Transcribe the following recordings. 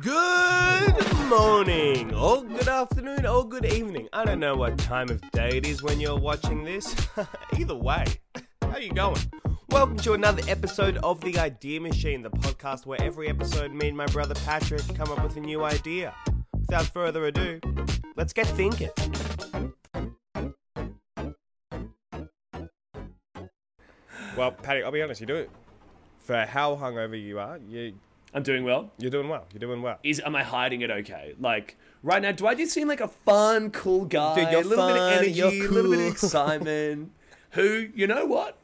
Good morning, or good afternoon, or good evening. I don't know what time of day it is when you're watching this. Either way, how you going? Welcome to another episode of The Idea Machine, the podcast where every episode me and my brother Patrick come up with a new idea. Without further ado, let's get thinking. Well, Patty, I'll be honest, you do it. For how hungover you are, you I'm doing well. you're doing well. You're doing well. Is am I hiding it okay? Like right now, do I just seem like a fun, cool guy? Dude, you're a little bit fun, of energy, you're a little bit cool. of excitement. who, you know what?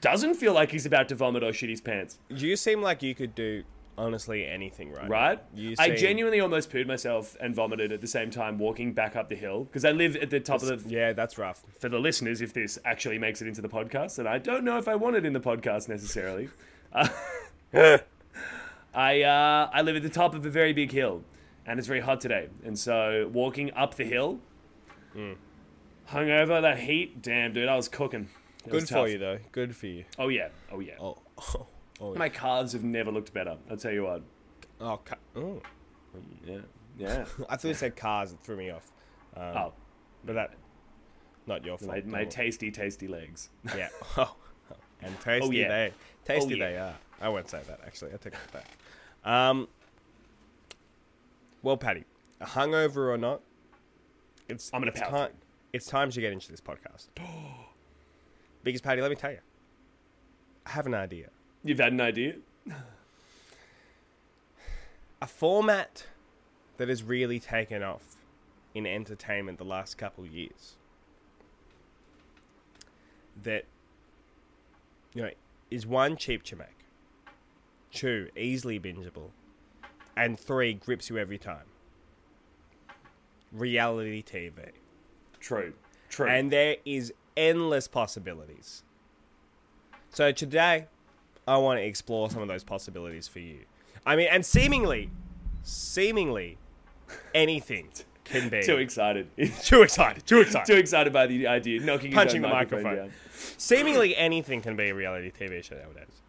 Doesn't feel like he's about to vomit or shit his pants, You seem like you could do honestly anything right. right? You I seem- genuinely almost pooed myself and vomited at the same time walking back up the hill because I live at the top of the. Yeah, that's rough. For the listeners, if this actually makes it into the podcast, and I don't know if I want it in the podcast necessarily. Uh, I uh, I live at the top of a very big hill, and it's very hot today. And so walking up the hill, hungover, that heat, damn dude, I was cooking. It was Good for tough. you though. Good for you. Oh yeah, oh yeah. Oh, oh, oh, My calves have never looked better. I'll tell you what. oh, ca- oh. Yeah, yeah. I thought you said cars. It threw me off. Um, oh, but that not your fault. my, don't my worry. tasty, tasty legs. yeah. Oh, and tasty Oh, yeah. Oh, they, tasty yeah. they are. I won't say that actually. I take that back. Um. Well, Patty, hungover or not, it's I'm gonna it's power time. It's time to get into this podcast. because Patty, let me tell you, I have an idea. You've had an idea? a format that has really taken off in entertainment the last couple years that you know is one cheap to make two easily bingeable and three grips you every time reality tv True, true. and there is endless possibilities. So today, I want to explore some of those possibilities for you. I mean, and seemingly, seemingly, anything can be. too excited. too excited. Too too excited. excited by the idea, knocking his Punching own the microphone, microphone. down. seemingly anything can be a reality TV show nowadays.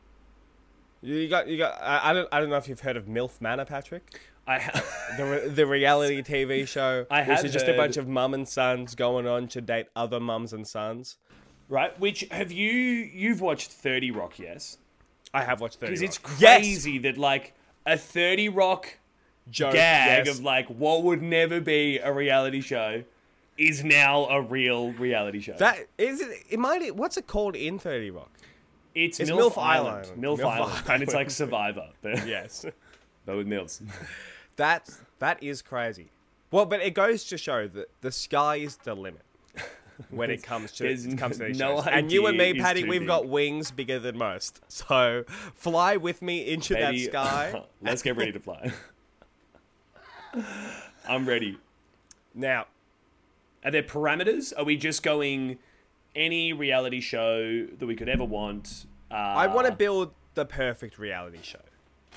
You got, you got. I, I don't, I don't know if you've heard of MILF Manor, Patrick. I ha- The, re- the reality TV show, I which have is just a heard- bunch of mum and sons going on to date other mums and sons. right. Which have you? You've watched Thirty Rock, yes? I have watched thirty. Because it's Rock. crazy that like a Thirty Rock Yes, joke. gag Oh, yes. of like what would never be a reality show is now a real reality show. That is it. It might. e, What's it called in Thirty Rock? it's, it's MILF, MILF Island. Island. MILF, MILF Island. and it's Island. like Survivor, but, Yes, but with MILFs. that's that is crazy. Well, but it goes to show that the sky is the limit when it comes to there's it comes to these no shows. And you and me, idea is Patty, too we've big. got wings bigger than most. So fly with me into Maybe- Uh-huh. that sky. Let's get ready to fly. I'm ready. now, Are there parameters? Are we just going any reality show that we could ever want? Uh, I want to build the perfect reality show.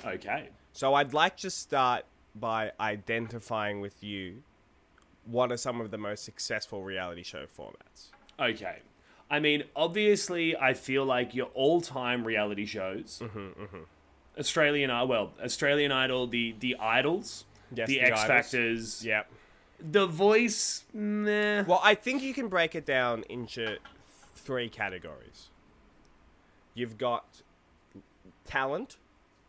Uh, Okay. So I'd like to start by identifying with you what are some of the most successful reality show formats. Okay. I mean, obviously, I feel like your all-time reality shows, Mm-hmm, Australian Idol, well, Australian Idol, the the Idols, Yes, the, The X Idols. Factors, Yep. The Voice. Nah. Well, I think you can break it down into th- three categories. You've got talent,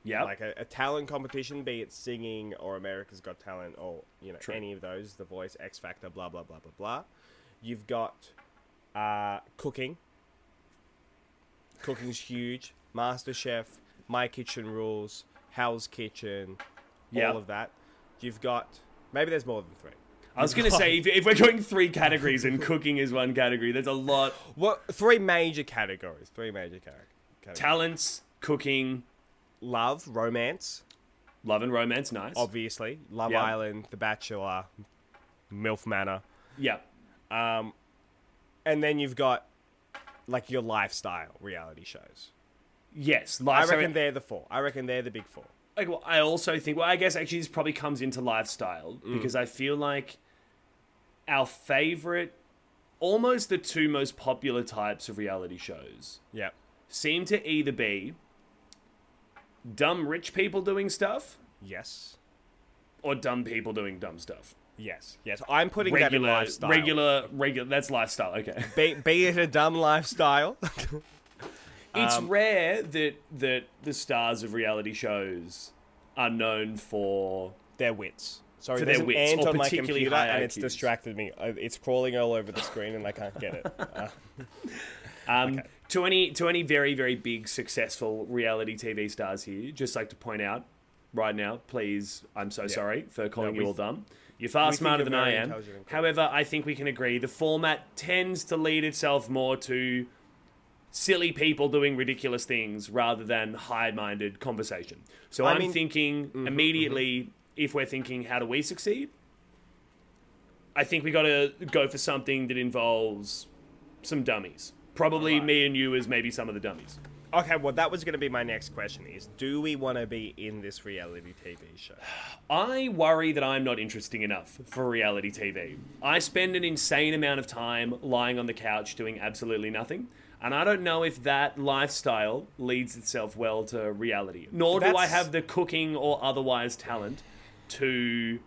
Yeah. like a, a talent competition, be it singing or America's Got Talent or you know any of those, The Voice, X Factor, blah blah blah blah blah. You've got uh, cooking. Cooking's huge. Master Chef, My Kitchen Rules, Howl's Kitchen, Yeah. all of that. You've got maybe there's more than three. I was gonna say if, if we're going three categories and cooking is one category, there's a lot. What three major categories? Three major cate- categories. Talents, cooking, Love, romance, love and romance. Nice. obviously. Love Yeah. Island, The Bachelor, MILF Manor, yeah. and then you've got like your lifestyle reality shows. Yes. I Lifestyle. reckon they're the four. I reckon they're the big four. like, well, I also think, well, I guess actually this probably comes into lifestyle Mm. because I feel like our favorite, almost the two most popular types of reality shows Yeah. seem to either be dumb rich people doing stuff Yes. or dumb people doing dumb stuff. Yes, yes. I'm putting that in Regular, lifestyle. regular, regular. That's lifestyle. Okay. Be, be it a dumb lifestyle. It's Um, rare that that the stars of reality shows are known for. their wits. Sorry, For there's their an wits, ant or on my particularly computer high and it's IQs. distracted me. Uh, It's crawling all over the screen and I can't get it. Uh, Um, To any to any very very big successful reality TV stars here, just like to point out right now, please. I'm so sorry for calling we you all th- dumb. You're far think smarter you're than I very am. intelligent and cool. However, I think we can agree the format tends to lead itself more to silly people doing ridiculous things rather than high-minded conversation. So I I'm mean- mm-hmm, thinking immediately if we're thinking how do we succeed? I think we got to go for something that involves some dummies. Probably me and you as maybe some of the dummies. okay, well, that was going to be my next question is do we want to be in this reality TV show? I worry that I'm not interesting enough for reality TV. I spend an insane amount of time lying on the couch doing absolutely nothing. And I don't know if that lifestyle leads itself well to reality. Nor do I That's- have the cooking or otherwise talent to.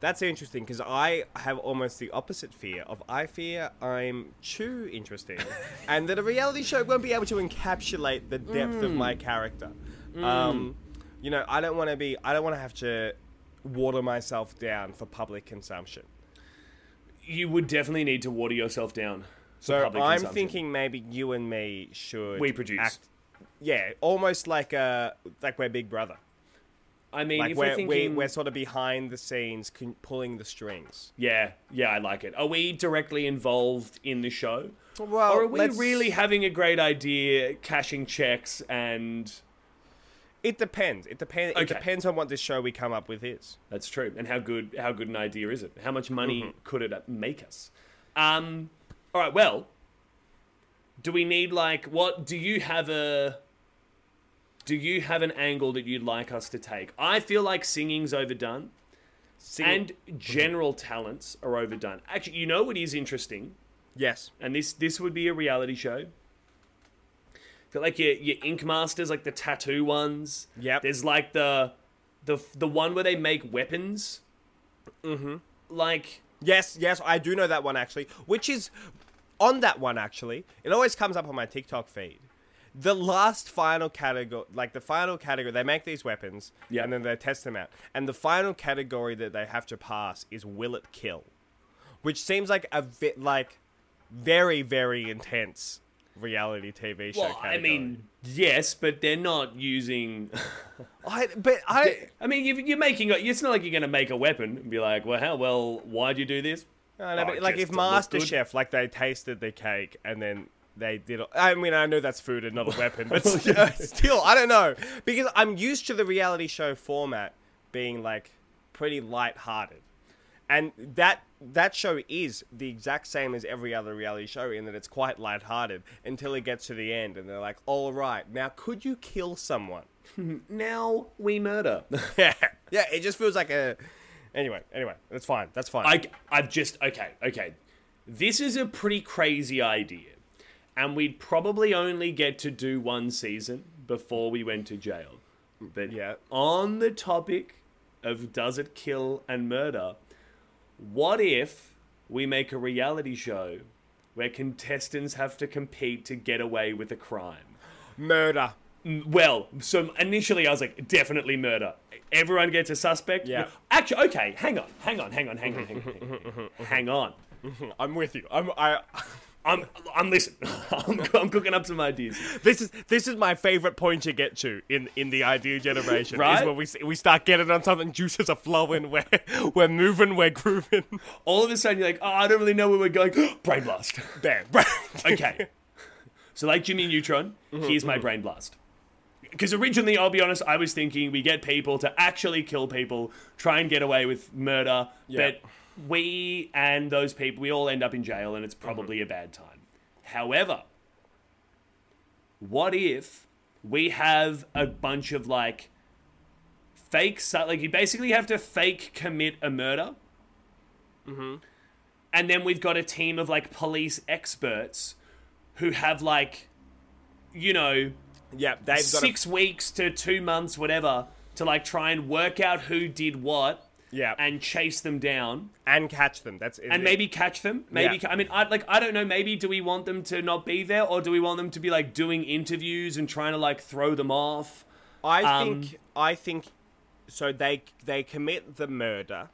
That's interesting because I have almost the opposite fear of I fear I'm too interesting and that a reality show won't be able to encapsulate the depth of Mm. my character. Um, you know, I don't want to be, I don't want to have to water myself down for public consumption. You would definitely need to water yourself down. So public I'm consumption. thinking maybe you and me should We produce. yeah, almost like a like we're Big Brother. I mean, Like if we're, we're thinking. we're we're sort of behind the scenes, con- pulling the strings. Yeah, yeah, I like it. Are we directly involved in the show? Well, or are we let's- really having a great idea, cashing checks, and It depends. It depends. It Okay. depends on what this show we come up with is. that's true. Mm-hmm. And how good, how good an idea is it? How much money could it uh, make us? Um, all right. Well, do we need like what? Do you have a? Do you have an angle that you'd like us to take? I feel like singing's overdone. Sing- and general talents are overdone. Actually, you know what is interesting? yes, and this this would be a reality show. Feel like your your ink masters, like the tattoo ones. Yep. There's like the the the one where they make weapons. Mm-hmm. Like yes, yes. I do know that one actually, which is on that one actually. It always comes up on my TikTok feed. The last final category, like the final category, they make these weapons, Yeah. and then they test them out. And the final category that they have to pass is will it kill, which seems like a vi- like very very intense reality TV show. well, I category. mean, yes, but they're not using. I but I I mean, you you're making. a- It's not like you're going to make a weapon and be like, well, how well? Why'd you do this? No, no, Oh, but like just if to look good. MasterChef, like they tasted the cake and then they did. I mean, I know that's food and not a weapon, but st- uh, still, I don't know because I'm used to the reality show format being like pretty light-hearted, and that that show is the exact same as every other reality show in that it's quite light-hearted until it gets to the end and they're like, "All right, now could you kill someone?" Now we murder. yeah, yeah. It just feels like a. Anyway, anyway, that's fine. That's fine. I, I've just, okay, okay. This is a pretty crazy idea. And we'd probably only get to do one season before we went to jail. But Yeah. on the topic of does it kill and murder, what if we make a reality show where contestants have to compete to get away with a crime? Murder. Well, so initially I was like, definitely murder. Everyone gets a suspect. Yeah. Actually, okay, hang on, hang on, hang on, hang on, hang on, hang on. hang on. I'm with you. I'm. I. I'm, I'm listening. I'm, I'm cooking up some ideas. This is this is my favorite point you get to in, in the idea generation. Is Right? when we s- we start getting on something, juices are flowing. We're we're moving. We're grooving. All of a sudden, you're like, oh, I don't really know where we're going. brain blast. Bam. Right. Okay. so, like Jimmy Neutron, here's my brain blast. Because originally, I'll be honest, I was thinking we get people to actually kill people, try and get away with murder, Yeah. but we and those people, we all end up in jail, and it's probably a bad time. However, what if we have a bunch of like fake, su- like you basically have to fake commit a murder? and then we've got a team of like police experts who have like you know Yeah. They've got six weeks to two months whatever to like try and work out who did what Yeah. And, and chase them down catch them. That's and maybe catch them. Maybe Yeah. ca- I mean, I like I don't know. Maybe do we want them to not be there, or do we want them to be like doing interviews and trying to like throw them off? I um, think I think so they they commit the murder.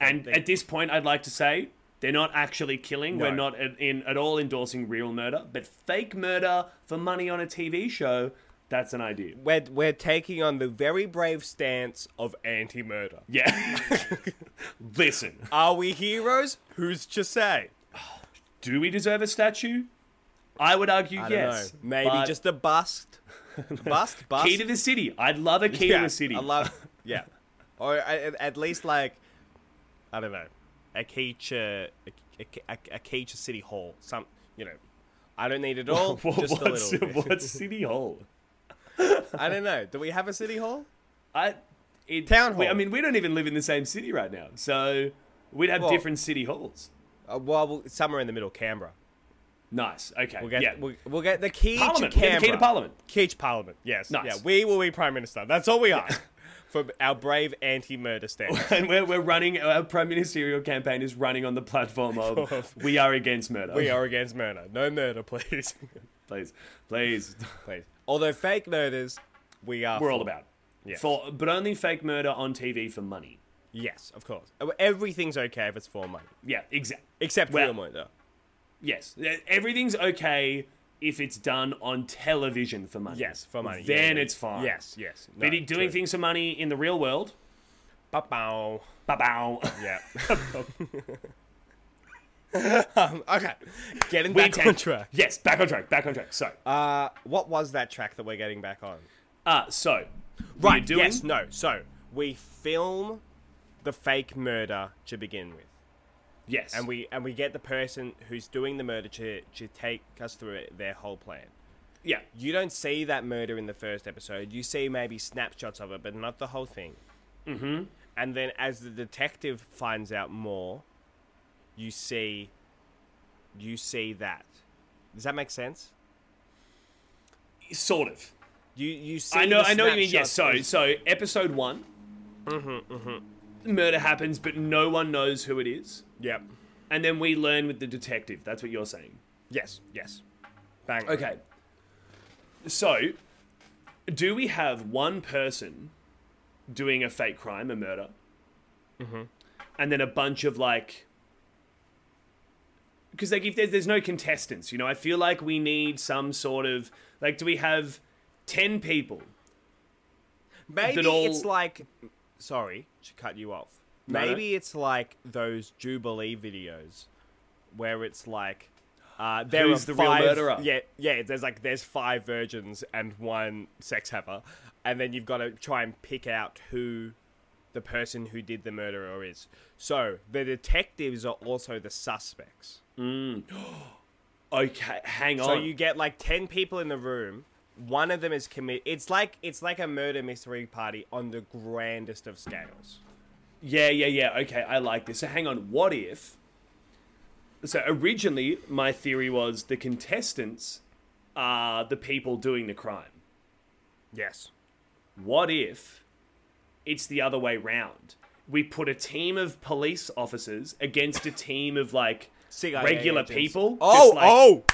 And they- at this point, I'd like to say they're not actually killing. We're No. not at, in at all endorsing real murder, but fake murder for money on a TV show. That's an idea. We're we're taking on the very brave stance of anti-murder. Yeah. Listen, Are we heroes? Who's to say? do we deserve a statue? I would argue I don't yes. know. Maybe but just a bust. Bust, bust. key to the city. I'd love a key yeah, to the city. I love. Yeah, or at, at least like, I don't know, a key to a, a, a key to city hall. Some, you know, I don't need it all. What- just a what's, little. Bit. what's City Hall? I don't know. Do we have a city hall? I it, Town we- I hall. mean, we don't even live in the same city right now, so we'd have Well- different city halls. Uh, well, we'll- somewhere in the middle, Canberra. Nice. Okay. We'll get yeah. we'll, we'll get the key Parliament. to We'll Canberra. get the key to Parliament. Key to Parliament. Yes. Nice. Yeah. We will be prime minister. That's all we are. For our brave anti-murder stance. and we're, we're running our prime ministerial campaign is running on the platform of we are against murder. we are against murder. No murder, please. Please, please, please. Although fake murders, we are. we're for. all about. Yes. For but only fake murder on TV for money. Yes, of course. Uh, Everything's okay if it's for money, Yeah. Exactly. except Well- real murder. Yes. E, Everything's okay if it's done on television for money. Yes, for money. Yeah, Then yeah. it's fine. Yes, yes. But he- doing things for money in the real world. Ba-bow. Ba-bow. Yeah. um, okay. Getting We back take- on track. Yes, back on track. Back on track. So, Uh, what was that track that we're getting back on? uh, so we're Right. doing- Yes. No. So we film the fake murder to begin with, yes, and we and we get the person who's doing the murder to to take us through it, their whole plan. yeah, you don't see that murder in the first episode. You see maybe snapshots of it, but not the whole thing. Mm-hmm. And then as the detective finds out more, you see, you see that. Does that make sense? sort of. You you see. I know, the I know what you mean. Yes. So, snapshots. Mm-hmm, so episode one, murder happens, but no one knows who it is, Yep. and then we learn with the detective. That's what you're saying. Yes. Yes. Bang. Okay. So, do we have one person doing a fake crime, a murder, Mm-hmm. and then a bunch of like? Because like, if there's there's no contestants, you know, I feel like we need some sort of like. Do we have ten people? Maybe That all- it's like. Sorry to cut you off. No, no. Maybe it's like those Jubilee videos where it's like. Uh, there Who's are the real five, murderer? Yeah, yeah. There's like there's five virgins and one sex haver, and then you've got to try and pick out who the person who did the murderer is. So the detectives are also the suspects. Okay, hang on. So you get like ten people in the room. One of them is commit. It's like it's like a murder mystery party on the grandest of scales. Yeah, yeah, yeah. Okay, I like this. So hang on. What if? So originally, my theory was the contestants are the people doing the crime. Yes. What if it's the other way round? We put a team of police officers against a team of like CIA regular agents. people. Oh, just like- oh.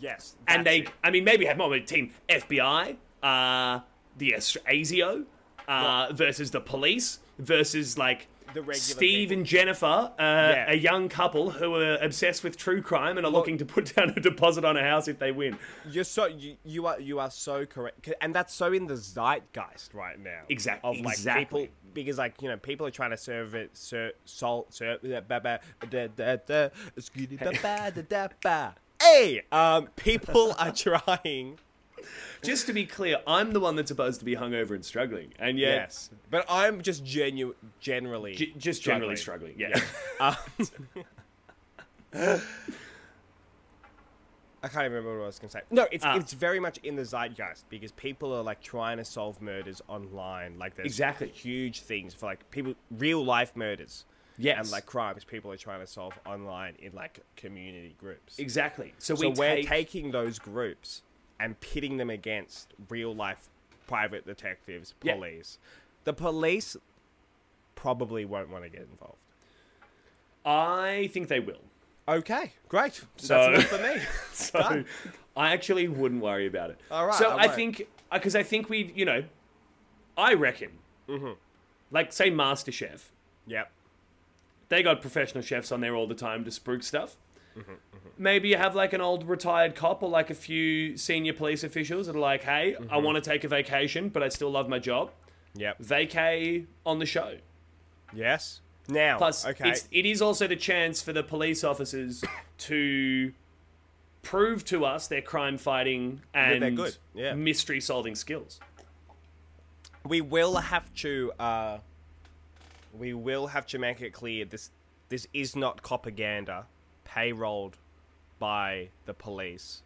Yes. and that's they, it. I mean, maybe have more of a team FBI, uh, the ASIO, uh, versus the police versus like The regular Steve people. and Jennifer, uh, Yeah. a young couple who are obsessed with true crime and are looking to put down a deposit on a house if they win. You're so you, you are you are so correct, 'Cause- and that's so in the zeitgeist right now. Exact- Of like exactly. people because like you know people are trying to serve it, ser, salt, serve da ba da da da, skitty da ba da da ba. Hey, um, people are trying. Just to be clear, I'm the one that's supposed to be hungover and struggling, and yet Yes, but I'm just genu- generally J- just generally struggling. Yeah. I can't even remember what I was going to say. No, it's Ah. it's very much in the zeitgeist because people are like trying to solve murders online. Like there's Exactly. huge things for like people real life murders. Yes. and like crimes people are trying to solve online in like community groups. exactly. So, So we we are take, taking those groups and pitting them against real life private detectives, Yeah. police. The police probably won't want to get involved. I think they will. Okay, great. So- That's enough for me. So I actually wouldn't worry about it. All right, So I I, won't. think because I think we, you know, I reckon, Mm-hmm. like say MasterChef, yep. they got professional chefs on there all the time to spruik stuff. Maybe you have like an old retired cop or like a few senior police officials that are like, "Hey, I want to take a vacation, but I still love my job. Yep. Vacay on the show." Yes. Now, Plus, okay. it's, it is also the chance for the police officers to prove to us their crime fighting they're and good, yeah. mystery solving skills. we will have to uh we will have to make it clear this this is not propaganda payrolled by the police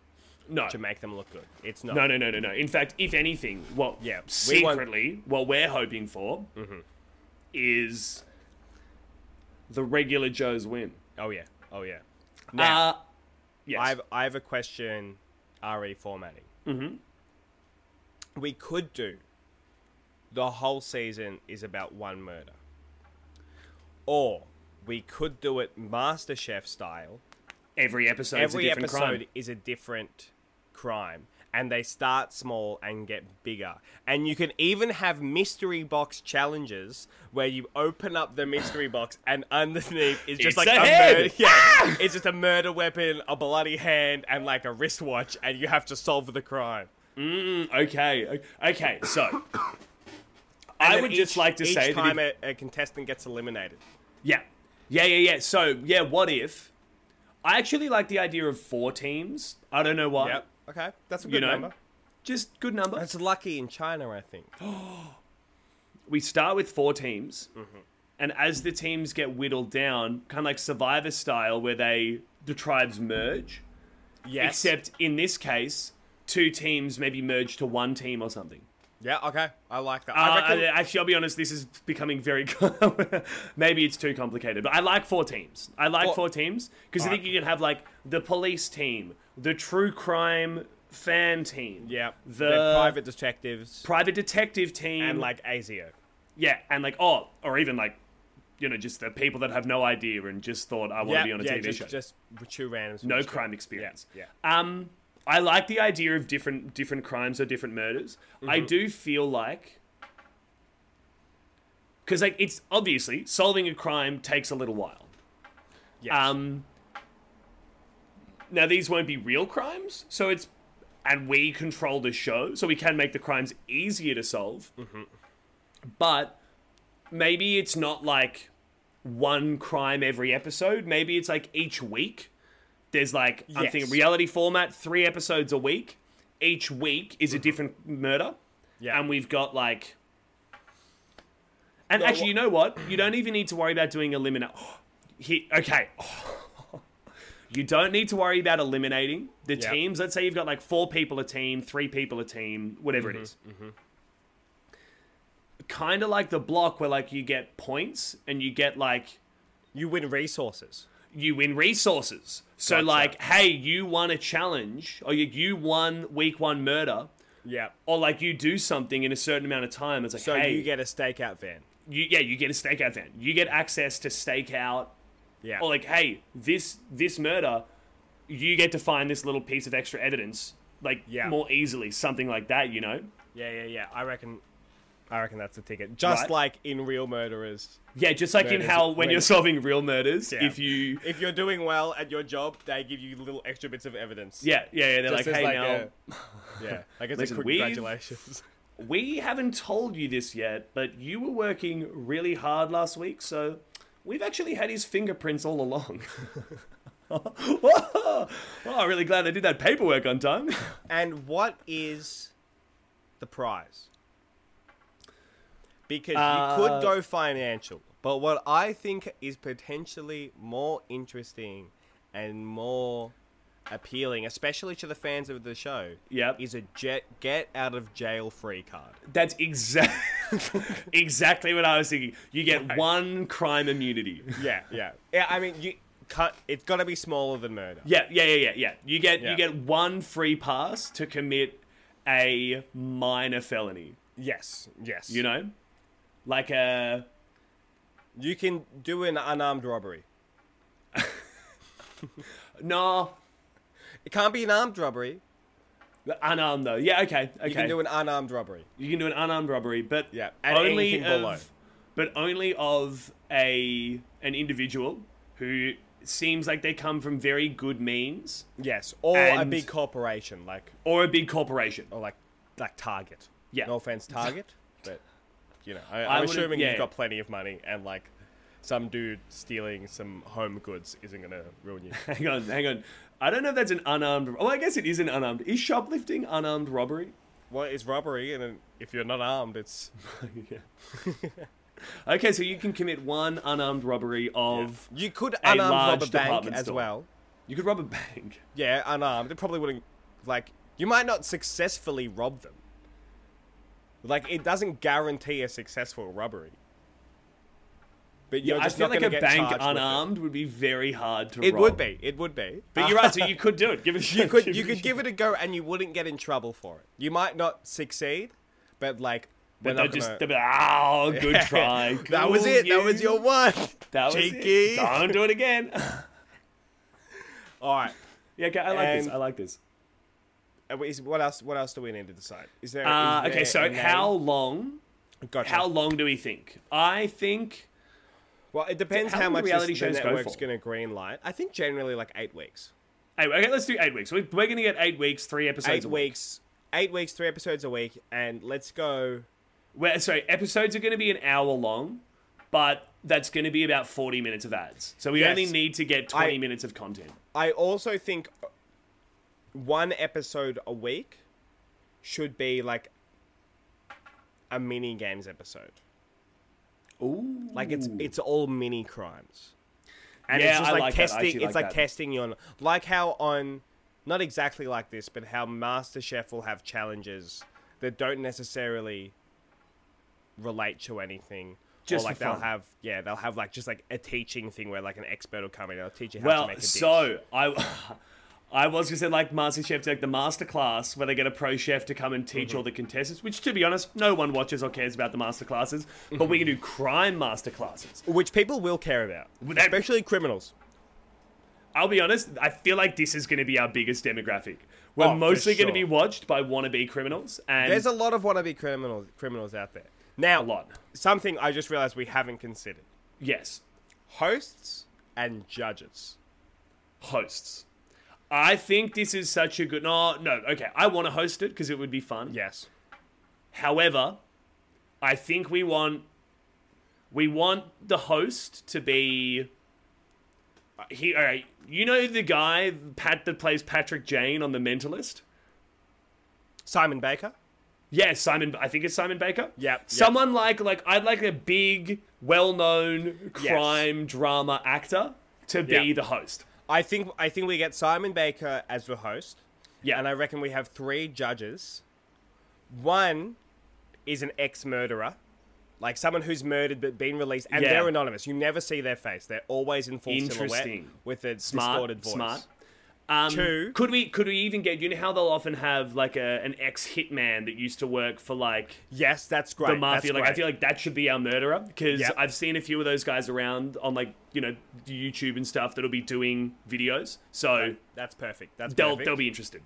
No. to make them look good. It's not. No, no, no, no, no. In fact, if anything, what Yeah, we want- Mm-hmm. secretly what we're hoping for is the regular Joes win. Oh yeah. Oh yeah. Now, Uh, yes. I've I have a question RE formatting. Mm-hmm. Mhm. We could do the whole season is about one murder. Or we could do it MasterChef style every episode every a different episode crime. is a different crime and they start small and get bigger and you can even have mystery box challenges where you open up the mystery box and underneath is just It's like a a, head! Ah! murder yeah it's just a murder weapon a bloody hand and like a wristwatch and you have to solve the crime Mm, Okay, o- okay. So I And would each- just like to each say that if- time a, a contestant gets eliminated Yeah. Yeah, yeah, yeah. So, yeah, what if? I actually like the idea of four teams. I don't know why. yep okay that's a good You know, number just good number. that's lucky in china i think We start with four teams. Mm-hmm. And as the teams get whittled down, kind of like Survivor style, where they the tribes merge. yes Except in this case, two teams maybe merge to one team or something. yeah okay i like that Uh, I reckon, actually, I'll be honest. This is becoming very. maybe it's too complicated, but I like four teams. I like Four- four, teams because I think you can have like the police team, the true crime fan team, yeah the they're private private detectives private detective team, and like ASIO. yeah, and like oh, or even like you know just the people that have no idea and just thought I want to be on a TV just, show. Just two randoms. no crime experience. Yeah, Um, I like the idea of different different crimes or different murders. I do feel like because like it's obviously solving a crime takes a little while. Yes. Um, now these won't be real crimes, so it's and we control the show, so we can make the crimes easier to solve. Mm-hmm. But maybe it's not like one crime every episode. Maybe it's like each week. There's like I'm Yes. thinking reality format, three episodes a week. Each week is a Mm-hmm. different murder, yeah. and we've got like. And No, actually, wha- you know what? You don't even need to worry about doing eliminate. He okay. You don't need to worry about eliminating the Yeah. teams. Let's say you've got like four people a team, three people a team, whatever Mm-hmm, it is. Kind of like the block where like you get points and you get like you win resources. you win resources. So Gotcha. like, hey, you won a challenge, or you, you won week one murder, Yeah. or like you do something in a certain amount of time. It's like, So hey, you get a stakeout van. you- yeah, you get a stakeout van. You get access to stakeout, Yeah. or like, hey, this this murder, you get to find this little piece of extra evidence, like Yeah. more easily, something like that. You know, yeah, yeah, yeah. I reckon. I reckon that's the ticket. Just Right. like in Real Murderers, yeah, just like in Murders- how when when- you're solving real murders, Yeah. if you if you're doing well at your job, they give you little extra bits of evidence. yeah, yeah, yeah they're Just like, as hey, now a- yeah. Like it's a Listen, quick we've- congratulations. We haven't told you this yet, but you were working really hard last week, so we've actually had his fingerprints all along. Whoa! Well, I'm really glad I did that paperwork on time. And what is the prize? Because you Uh, could go financial, but what I think is potentially more interesting and more appealing, especially to the fans of the show, Yep. is a jet get out of jail free card. That's exactly exactly what I was thinking. You get one crime immunity. Yeah, yeah, yeah. I mean, you cut. It's got to be smaller than murder. Yeah, yeah, yeah, yeah, yeah. You get Yeah. you get one free pass to commit a minor felony. Yes, yes. You know, like a you can do an unarmed robbery. no It can't be an armed robbery. unarmed though. Yeah, okay, okay. You can do an unarmed robbery. you can do an unarmed robbery, but Yeah, and only anything below. of, but only of a an individual who seems like they come from very good means Yes, or a And- big corporation like or a big corporation. or like like Target. Yeah. No offense, Target, but you know, I, I'm would've- assuming yeah. you've got plenty of money and like some dude stealing some home goods isn't gonna ruin you. Hang on, hang on. I don't know if that's an unarmed. Oh, I guess it is an unarmed. Is shoplifting unarmed robbery? well, it's robbery, and then if you're not armed, it's Yeah. okay, so you can commit one unarmed robbery of. you could unarmed rob a large bank department as store. well. You could rob a bank. Yeah, unarmed. It probably wouldn't. Like, you might not successfully rob them. Like, it doesn't guarantee a successful robbery. But you're I just feel not like a gonna get bank charged with unarmed would be very hard to It, it rob. would be. It would be. But you're right, so you could do it. Give it. you could you could give it a go, and you wouldn't get in trouble for it. You might not succeed, but like. we're But they'll not just gonna- they'll be like, oh, good try. that was Cool it. That was you. your one. That was it. cheeky. Don't do it again. All right. yeah, okay, I like this. And- I like this. Uh, Is, what else? What else do we need to decide? Is there? Uh, is okay, there a so name? how long? Gotcha. How long do we think? I think. Well, it depends How how, long do much reality reality this, shows the go network's for? going to green light. I think generally like eight weeks. Hey, okay, let's do eight weeks. We- We're going to get eight weeks, three episodes. eight a week. weeks. Eight weeks, three episodes a week, and let's go. Well, sorry, episodes are going to be an hour long, but that's going to be about 40 minutes of ads. So we Yes. only need to get 20 I- minutes of content. I also think one episode a week should be like a mini games episode. Ooh. Like it's it's all mini crimes. And Yeah, it's just I like, like that. I testing actually it's like like that. testing you on like how on not exactly like this, but how MasterChef will have challenges that don't necessarily relate to anything. Just or like for they'll fun. have yeah, they'll have like just like a teaching thing where like an expert will come in and they'll teach you how to Well, make a dish. so I. I was going to say, like MasterChef, like the master class where they get a pro chef to come and teach Mm-hmm. all the contestants, which, to be honest, no one watches or cares about the master classes, but we can do crime master classes. which people will care about. that- especially criminals. I'll be honest, I feel like this is going to be our biggest demographic. We're Oh, for mostly going to sure. be watched by wannabe criminals and There's a lot of wannabe criminals criminals out there. Now a lot. something I just realized we haven't considered. Yes, Hosts and judges. hosts. I think this is such a good. No, no. Okay, I want to host it because it would be fun. Yes. However, I think we want we want the host to be. uh, He, all right, you know the guy Pat that plays Patrick Jane on The Mentalist. Simon Baker. Yeah, Simon. I think it's Simon Baker. Yep, yep. Someone like like I'd like a big, well-known crime drama actor to be Yeah. the host. I think I think we get Simon Baker as the host, Yeah, and I reckon we have three judges. One is an ex-murderer, like someone who's murdered but been released, and Yeah. they're anonymous. You never see their face; they're always in full silhouette Interesting. with a smart, distorted voice. Smart. Um, Two. Could we could we even get you know how they'll often have like a, an ex hitman that used to work for like Yes, that's great. the That's mafia? Like I great. feel like that should be our murderer because Yep. I've seen a few of those guys around on like you know YouTube and stuff that'll be doing videos, so that's perfect. That's they'll perfect. they'll be interested.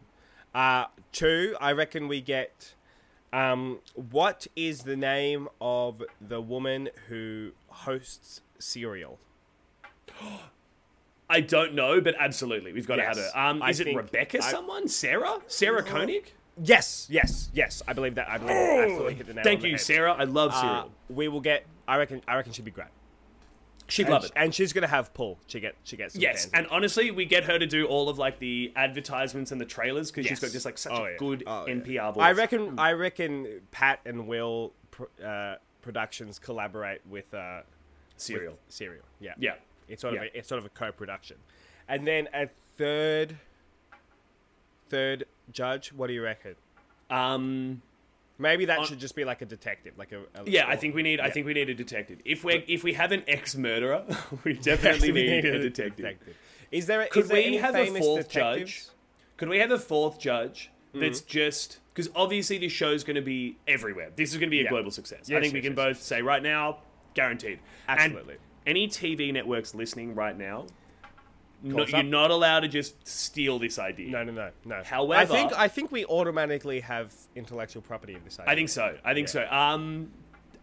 Uh, two, I reckon we get. Um, what is the name of the woman who hosts Serial? I don't know, but absolutely we've got to Yes. have her. Um, I is it think Rebecca? I- someone? Sarah? Sarah Koenig? Yes, yes, yes. I believe that. I believe that. Oh. Absolutely hit the nail on Thank the you, head. Sarah. I love Sarah. Uh, we will get. I reckon. I reckon she'd be great. She'd And, love sh- it. and she's gonna have Paul. She get. She gets. Some Yes, fans. and honestly, we get her to do all of like the advertisements and the trailers because she's Yes. got just like such Oh, a yeah. good Oh, yeah. NPR voice. I reckon. I reckon Pat and Will pr- uh, Productions collaborate with uh, serial. Serial. Yeah. Yeah, It's sort Yeah. of a, it's sort of a co-production, and then a third, third judge. What do you reckon? um, Maybe that should just be like a detective, like a, a- yeah. I or- think we need. I yeah. think we need a detective. If we if we have an ex murderer, we definitely We need a detective. Is there? A, Could is there we any have a famous fourth detectives? Hmm. judge? Could we have a fourth judge that's just because obviously this show's going to be everywhere. This is going to be a global success. I Yes, think we yes, can yes, both say right now, guaranteed. And Absolutely. any TV networks listening right now, no- us you're up. not allowed to just steal this idea. No, no, no, no. However- I think I think we automatically have intellectual property of this idea. I think so. I think so. Um,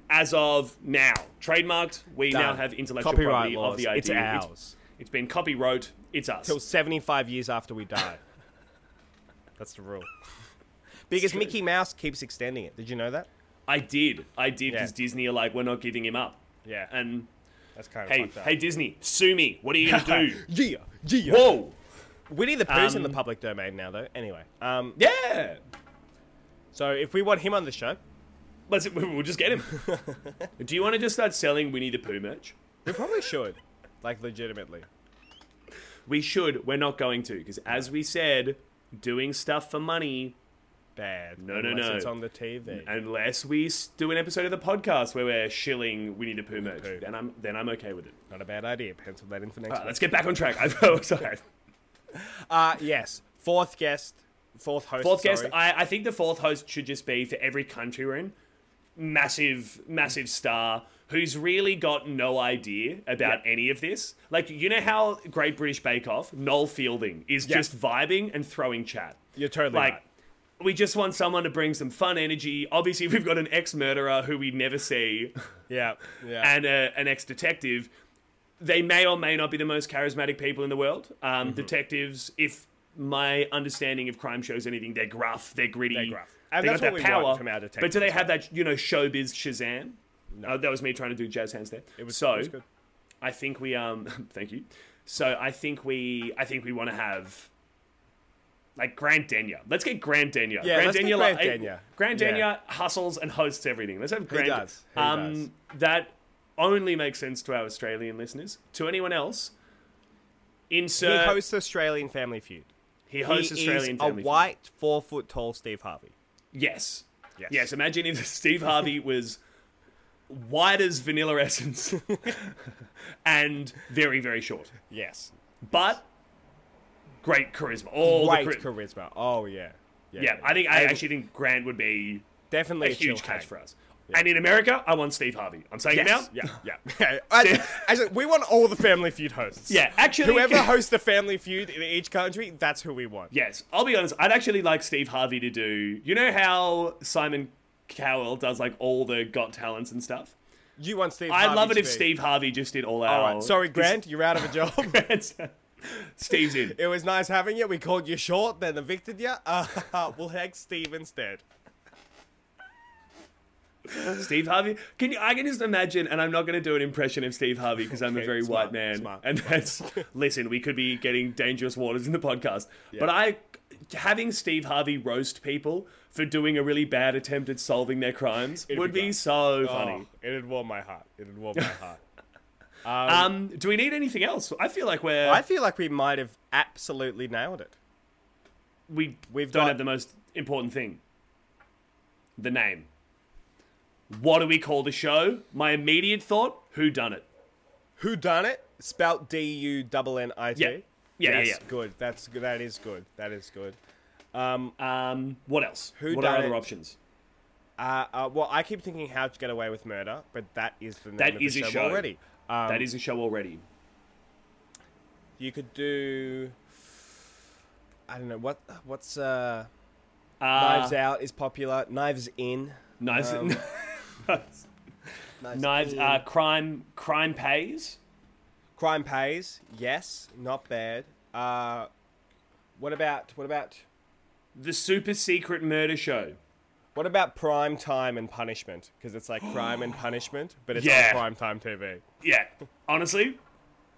as of now, trademarked, we now Done. have intellectual Copyright property laws. of the idea. It's ours. it's been copywrote. It's us. till 75 years after we die. That's the rule. because true. Mickey Mouse keeps extending it. Did you know that? I did. I did Yeah. because Disney are like, we're not giving him up. Yeah. And That's kind of hey, fucked up. hey, Disney, sue me. What are you gonna do? yeah, yeah. Whoa. Winnie the Pooh's in the Um, public domain now, though. Anyway, um, Yeah. so if we want him on the show, Let's. We'll just get him. do you want to just start selling Winnie the Pooh merch? we probably should, like, legitimately. We should. We're not going to because, as we said, doing stuff for money. Bad. No, no, unless no. It's on the TV. Unless we s- do an episode of the podcast where we're shilling Winnie the Pooh merch, Pooh. then I'm then I'm okay with it. Not a bad idea. Pencil that in for next. All week. right, let's get back on track. I'm so excited. Uh, yes. Fourth guest. Fourth host. Fourth guest. sorry. I, I think the fourth host should just be for every country we're in. Massive, massive star who's really got no idea about any of this. Like you know how Great British Bake Off, Noel Fielding is Yeah. just vibing and throwing chat. You're totally like. right. We just want someone to bring some fun energy. Obviously, we've got an ex murderer who we never see. Yeah. Yeah. and a, an ex detective, they may or may not be the most charismatic people in the world. Um, Mm-hmm. Detectives, if my understanding of crime shows anything, they're gruff, they're gritty, They're gruff. And they that's got what that we want power. from our but detectives do they as have that you know showbiz Shazam? No, that was me trying to do jazz hands there. it was so. it was good. I think we um thank you. So I think we I think we want to have like Grant Denyer. Let's get Grant Denyer. Yeah, Grant let's get Denyer. Grant like, Denyer. Grant Yeah. Denyer hustles and hosts everything. Let's have Grant. does. He um, does. That only makes sense to our Australian listeners. To anyone else, He insert he hosts, hosts Australian Family Feud. he uh, Australian is family. a white, four foot tall Steve Harvey. Yes. Yes. Yes. Imagine if Steve Harvey was white as vanilla essence and very very short. Yes. but great charisma. All Great the chari- charisma. Oh yeah. yeah, I think I actually think Grant would be definitely a chill huge catch hang. for us. And in America, I want Steve Harvey. I'm saying Yes. it now. Yeah. Yeah. I, actually, we want all the Family Feud hosts. Yeah, actually, Whoever hosts the Family Feud in each country, that's who we want. yes, I'll be honest. I'd actually like Steve Harvey to do. You know how Simon Cowell does like all the Got Talents and stuff. You want Steve? I Harvey love it to if be- Steve Harvey just did all All our. right. Sorry, Grant, you're out of a job. Steve's in. it was nice having you. We called you short, then evicted you. Uh, we'll hang Steve instead. Steve Harvey. Can you? I can just imagine, and I'm not going to do an impression of Steve Harvey because I'm a Okay, very smart, white man. smart, and that's listen. We could be getting dangerous waters in the podcast, but I having Steve Harvey roast people for doing a really bad attempt at solving their crimes would be be, great. so funny. Oh, it'd warm my heart. It'd warm my heart. Um, Um, do we need anything else? I feel like we're I feel like we might have absolutely nailed it. we we've don't got- have the most important thing. The name. What do we call the show? My immediate thought: Who done it? Who done it? Spelt D U N N I T. Yeah. Yeah, yeah, Yes, yeah. Good. That's good. That is good. That is good. Um, what else? Who what are done other it? options? Uh, uh, well, I keep thinking how to get away with murder, but that is the name That of the is a show, show. already. Um, That is a show already. you could do. I don't know what what's uh, Uh, Knives Out is popular. Knives In. Knives, um, knives, knives In. uh, crime, crime pays. Crime pays. Yes, not bad. Uh, what about what about The super secret murder show. what about prime time and punishment? Because it's like crime and punishment, but it's Yeah. on prime time TV. Yeah, honestly,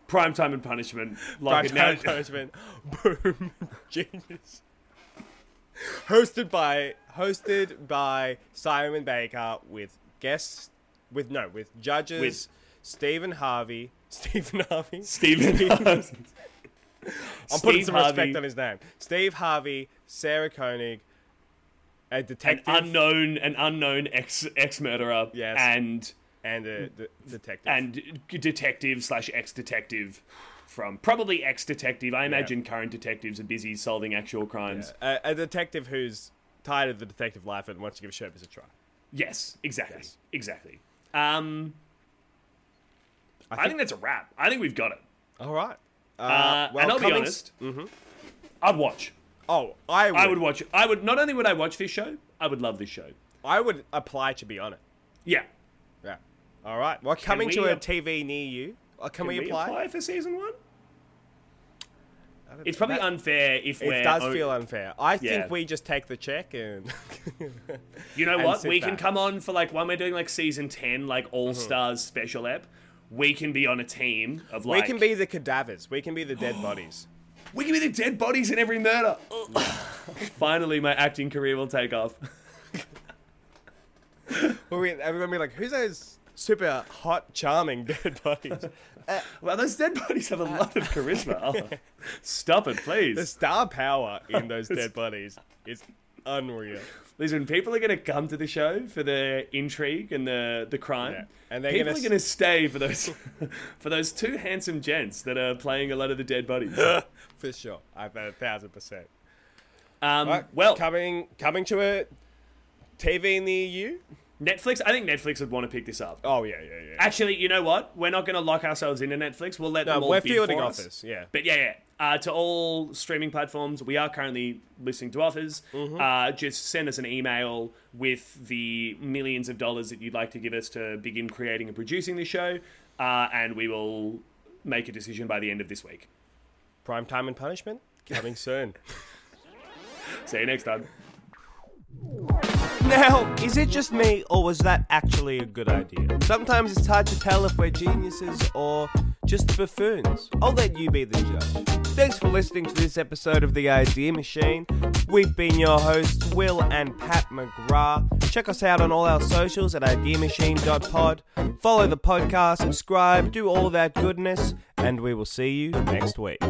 prime time and punishment. Like it Primetime now, punishment. Boom. Genius. Hosted by hosted by Simon Baker with guests with no with judges With- Stephen Harvey. Stephen Harvey. Stephen. I'm putting some respect on his name. Steve Harvey, Sarah Koenig, a An detective unknown, an unknown ex ex murderer. Yes. and and a d- detective. and detective slash ex detective from probably ex detective. I imagine current detectives are busy solving actual crimes. A, a detective who's tired of the detective life and wants to give showbiz a try. Yes, exactly, exactly. Um, I think, that's a wrap. I think we've got it. All right. Uh, Uh, and I'll be coming mm-hmm. honest, I'd watch. Oh, I would, I would watch. I would not only would I watch this show, I would love this show. I would apply to be on it. Yeah. Yeah. All right. Well, coming we to a ap- TV near you. Uh, can, we, Can apply? for season one? I don't It's know. probably That- unfair if we're. It does on- feel unfair. I oh, Yeah. think we just take the check and. You know and what? sit We can back. come on for like when we're doing like season ten, like Mm-hmm. All Stars special ep. We can be on a team of we like can be the cadavers. We can be the dead bodies. we can be the dead bodies in every murder. Finally, my acting career will take off. Well, we, everyone be like, who's those super hot, charming dead bodies? Uh, Well, those dead bodies have a lot of charisma. Oh, stop it, please. the star power in those dead bodies is unreal. Listen, people are going to come to the show for the intrigue and the the crime, Yeah. And they're people gonna are s- going to stay for those for those two handsome gents that are playing a lot of the dead bodies. For sure. I bet a thousand percent. Um, Right, well, coming coming to a TV near you? Netflix. I think Netflix would want to pick this up. Oh, yeah, yeah, yeah. Actually, you know what? We're not going to lock ourselves into Netflix. We'll let No, them all we're bid fielding for off us. this, yeah. But yeah, yeah. Uh, to all streaming platforms, we are currently listening to offers. Uh, just send us an email with the millions of dollars that you'd like to give us to begin creating and producing this show, uh, and we will make a decision by the end of this week. Prime Time and Punishment? Coming soon. See you next time. Now, is it just me, or was that actually a good idea? Sometimes it's hard to tell if we're geniuses or just buffoons. I'll let you be the judge. Thanks for listening to this episode of The Idea Machine. We've been your hosts, Will and Pat McGrath. Check us out on all our socials at ideamachine.pod. Follow the podcast, subscribe, do all that goodness, and we will see you next week.